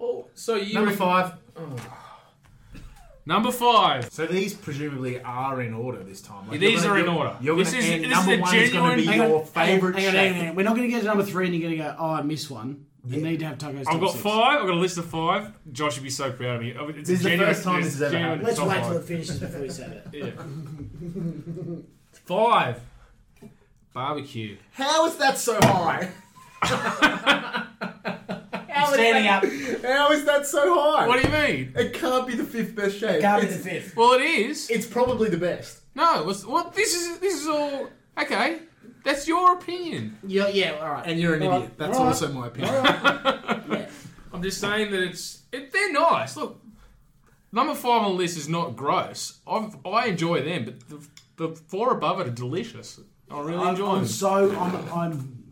S2: Oh, so you
S1: Number
S2: reckon-
S1: five.
S2: Number five.
S1: So these presumably are in order this time. Like,
S2: Yeah, these
S1: you're gonna-
S2: are in
S1: you're-
S2: order.
S1: You're
S2: This
S1: gonna
S2: is-
S1: end-
S2: this
S1: number
S2: is a
S1: one
S2: genuine-
S1: is going
S2: Hang
S1: to
S2: on,
S1: be your favourite
S3: Hang on,
S1: shape.
S3: hang on, hang on. We're not going to get to number three, and you're going to go, "Oh, I missed one." You need to have tacos.
S2: I've
S3: top
S2: got
S3: six.
S2: five. I've got a list of five. Josh would be so proud of me. Oh, It's
S1: This is the
S2: genuine-
S1: first time
S2: it's
S1: this has ever
S2: genuine
S1: happened.
S4: Let's
S2: top
S4: wait till
S2: five.
S4: it finishes before we say that.
S2: Yeah. Five. Barbecue.
S1: How is that so high?
S3: Standing up.
S1: How is that so high?
S2: What do you mean?
S1: it can't be the fifth best shape.
S4: Garvin the
S1: it's,
S4: fifth.
S2: Well, it is.
S1: it's probably the best.
S2: No. What's, what? This is. This is all. Okay. That's your opinion.
S4: Yeah, yeah, all right.
S1: And you're an
S4: All right,
S1: idiot. That's
S4: all right,
S1: also my opinion.
S4: all right.
S2: I'm just saying that it's. It, they're nice. Look. Number five on the list is not gross. I've, I enjoy them, but the, the four above it are delicious. I really
S3: I'm,
S2: enjoy
S3: I'm
S2: them.
S3: so I'm, I'm.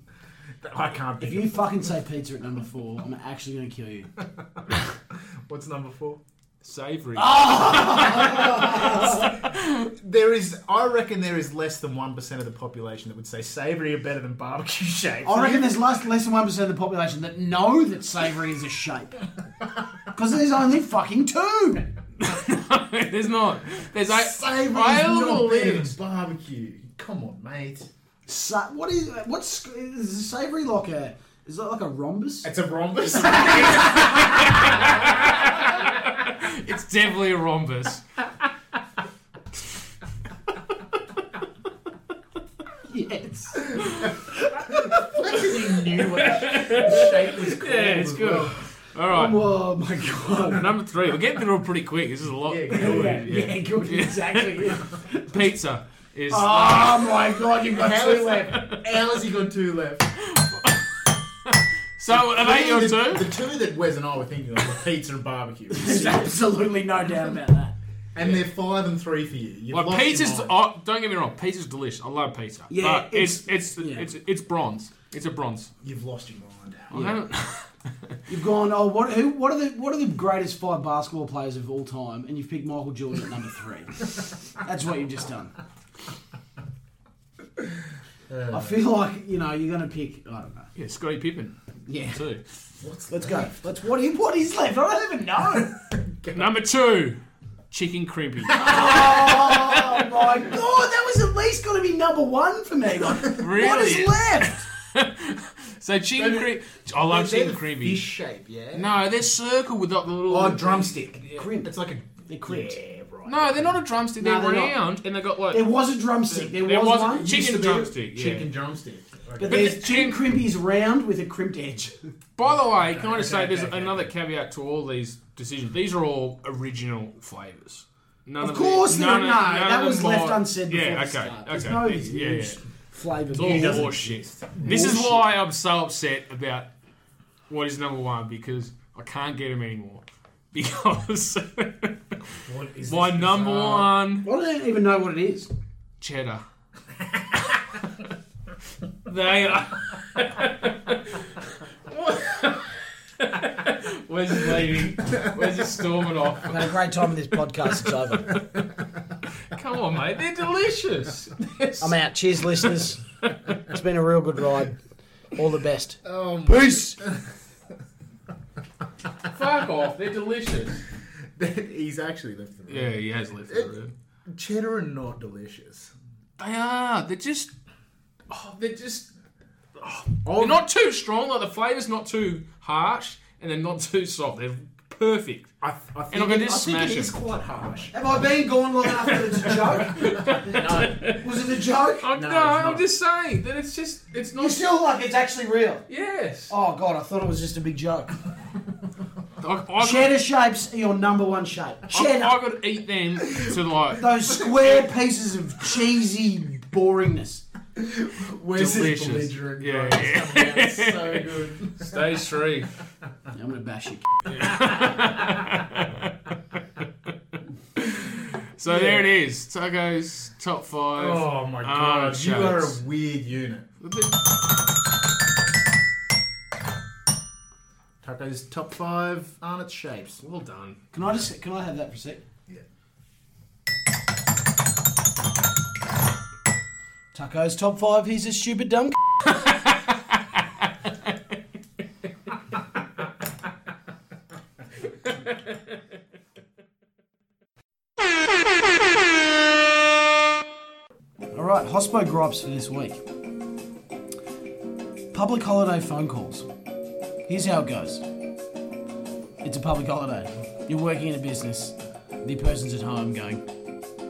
S1: I can't
S3: If
S1: think.
S3: you fucking say pizza at number four, I'm actually going to kill you.
S1: of- What's number four?
S2: Savory.
S1: There is, I reckon, there is less than one percent of the population that would say savoury are better than barbecue shapes.
S3: I reckon there's less, less than one percent of the population that know that savoury is a shape. Because there's only fucking two.
S2: There's not. There's eight.
S1: Savoury
S2: I
S1: is not
S2: literally-
S1: better than barbecue. Come on, mate.
S3: Sa- what is what's is savoury like a is that like a rhombus?
S1: It's a rhombus.
S2: It's definitely a rhombus.
S3: Yes.
S1: He knew what the shape was called.
S2: Yeah, it's
S1: as
S2: good.
S1: well.
S2: All right.
S3: Oh my god.
S2: Number three. We're getting through it pretty quick. This is a lot.
S1: Yeah, good.
S3: Yeah,
S2: Yeah.
S3: good, exactly.
S2: Pizza is.
S1: Ah!
S2: uh,
S3: oh my god, you've got
S1: How
S3: two
S1: is
S3: left.
S1: that- how has he got two left?
S2: so are they your
S1: the,
S2: two?
S1: The two that Wes and I were thinking of were pizza and barbecue.
S3: There's absolutely no doubt about that.
S1: And they're five and three for you. You've
S2: Like
S1: lost
S2: pizza's.
S1: your mind.
S2: Oh, don't get me wrong. Pizza's delicious. I love pizza.
S3: Yeah,
S2: But it's it's it's,
S3: yeah.
S2: it's bronze. It's a bronze.
S1: You've lost your mind.
S2: I haven't-
S3: You've gone, oh what who what are the what are the greatest five basketball players of all time? And you've picked Michael Jordan at number three. That's what you've just done. I feel like, you know, you're gonna pick I don't know.
S2: yeah, Scotty Pippen
S3: Yeah.
S2: too.
S3: Let's go. Let's what is, what is left? I don't even know.
S2: Number two, chicken crimpy.
S3: Oh my god, that was at least going to be number one for me. Like, What
S2: Really?
S3: is left?
S2: so chicken crimpy. I love
S1: They're
S2: chicken
S1: the
S2: crimpy.
S1: Fish shape, yeah.
S2: No, they're circle with like the little.
S1: Oh, drumstick.
S3: Crimp.
S1: It's like a.
S3: They're crimped.
S1: Yeah, right.
S2: No, they're not a drumstick.
S3: No,
S2: They're,
S3: they're not.
S2: round, and they got like.
S3: There was a drumstick. There,
S2: There
S3: was
S2: wasn't-
S3: one.
S2: Chicken
S1: Used to be
S2: drumstick, yeah.
S1: Chicken drumstick.
S3: But
S1: Okay.
S3: there's
S2: the-
S3: chicken crimpies round with a crimped edge.
S2: By the way, can I just
S1: okay,
S2: say there's
S1: okay,
S2: another caveat to all these decisions. These are all original flavors. None
S3: Of
S2: the-
S3: course they're
S2: none
S3: not.
S2: of- none
S3: That
S2: of
S3: was
S2: them
S3: left
S2: are-
S3: unsaid before
S2: Yeah,
S3: the
S2: okay,
S3: start.
S2: okay.
S3: There's no
S2: It's- yeah, yeah.
S3: huge flavour.
S2: It's all
S3: there.
S2: horseshit. This is
S3: Bullshit.
S2: why I'm so upset about what is number one because I can't get them anymore. Because
S1: What is
S2: my
S1: this
S2: number
S1: bizarre-
S2: one
S3: I don't even know what it is.
S2: cheddar. they are. Where's his leaving? Where's his storming off?
S4: I've had a great time in this podcast. It's over.
S2: Come on, mate. They're delicious.
S4: I'm out. Cheers, listeners. It's been a real good ride. All the best.
S1: Oh, my-
S4: Peace.
S2: Fuck off. They're delicious.
S1: He's actually left the room.
S2: Yeah, he has left the room.
S1: Cheddar are not delicious.
S2: They are. They're just. Oh, they're just.
S1: Oh,
S2: oh. They're not too strong. Like the flavour's not too harsh, and they're not too soft. They're perfect.
S1: I, th- I think
S2: And I'm going to
S1: it-
S2: just
S1: I think
S2: smash
S1: it
S2: him.
S1: is quite harsh.
S4: Have I been gone long enough that it's a joke? Was it a joke?
S2: I'm, no,
S1: No, it's
S2: I'm
S1: not.
S2: just saying that it's just it's
S4: You
S2: not.
S4: still like it's actually real.
S2: yes.
S4: Oh god, I thought it was just a big joke.
S2: I, I, could,
S4: Cheddar shapes are your number one shape.
S2: I, I
S4: Cheddar.
S2: could eat them to like
S3: Those square pieces of cheesy boringness.
S1: Where's this
S2: Delicious.
S1: belligerent
S2: Yeah,
S1: guy?
S2: yeah.
S1: It's coming out so good.
S2: stage three.
S3: I'm gonna bash you.
S2: So there it is. Togo's top five.
S1: Oh my
S2: Ah,
S1: god, you are
S2: jokes.
S1: a weird unit. Taco's top five Arnott shapes.
S2: Well done.
S3: Can I just can I have that for a sec?
S1: Yeah.
S3: Taco's top five. He's a stupid dumb. c- All right, hospo gripes for this week. Public holiday phone calls. Here's how it goes. It's a public holiday. You're working in a business. The person's at home going,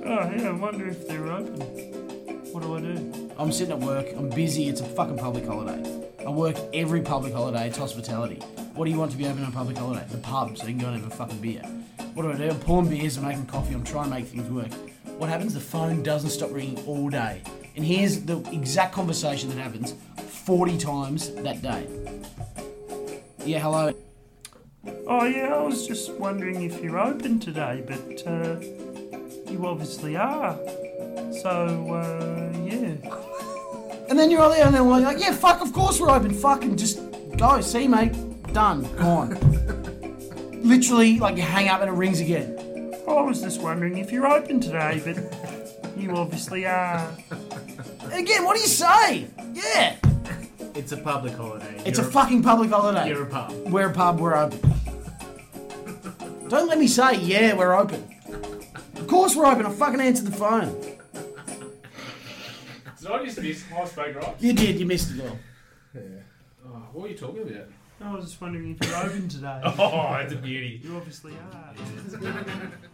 S6: Oh, yeah, I wonder if they're open. What do I do?
S3: I'm sitting at work, I'm busy, it's a fucking public holiday. I work every public holiday, it's hospitality. What do you want to be open on a public holiday? The pub, so you can go and have a fucking beer. What do I do? I'm pouring beers and making coffee, I'm trying to make things work. What happens? The phone doesn't stop ringing all day. And here's the exact conversation that happens 40 times that day. Yeah, hello.
S6: Oh, yeah, I was just wondering if you're open today, but uh, you obviously are. So, uh, yeah.
S3: And then you're all there, and they're like, yeah, fuck, of course we're open. Fucking just go, see, mate. Done, gone. Literally, like, you hang up and it rings again.
S6: Oh, I was just wondering if you're open today, but you obviously are.
S3: Again, what do you say? Yeah,
S1: It's a public holiday.
S3: it's
S1: You're
S3: a fucking public holiday.
S1: You're a pub.
S3: We're a pub, we're open. Don't let me say, yeah, we're open. Of course we're open, I fucking answered the phone.
S2: Did I just miss high spade right?
S3: You did, you missed it all.
S2: Oh, what are you talking about?
S6: I was just wondering if you're open today.
S2: Oh, it's a beauty.
S6: You obviously are.